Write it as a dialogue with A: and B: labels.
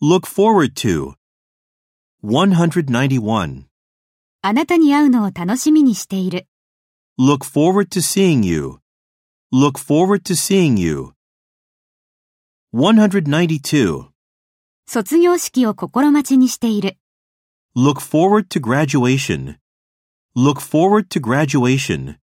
A: Look forward to. 191.
B: あなたに会うのを楽しみにしている。
A: Look forward to seeing you. Look forward to seeing you. 192.
B: 卒業式を心待ちにしている。
A: Look forward to graduation. Look forward to graduation.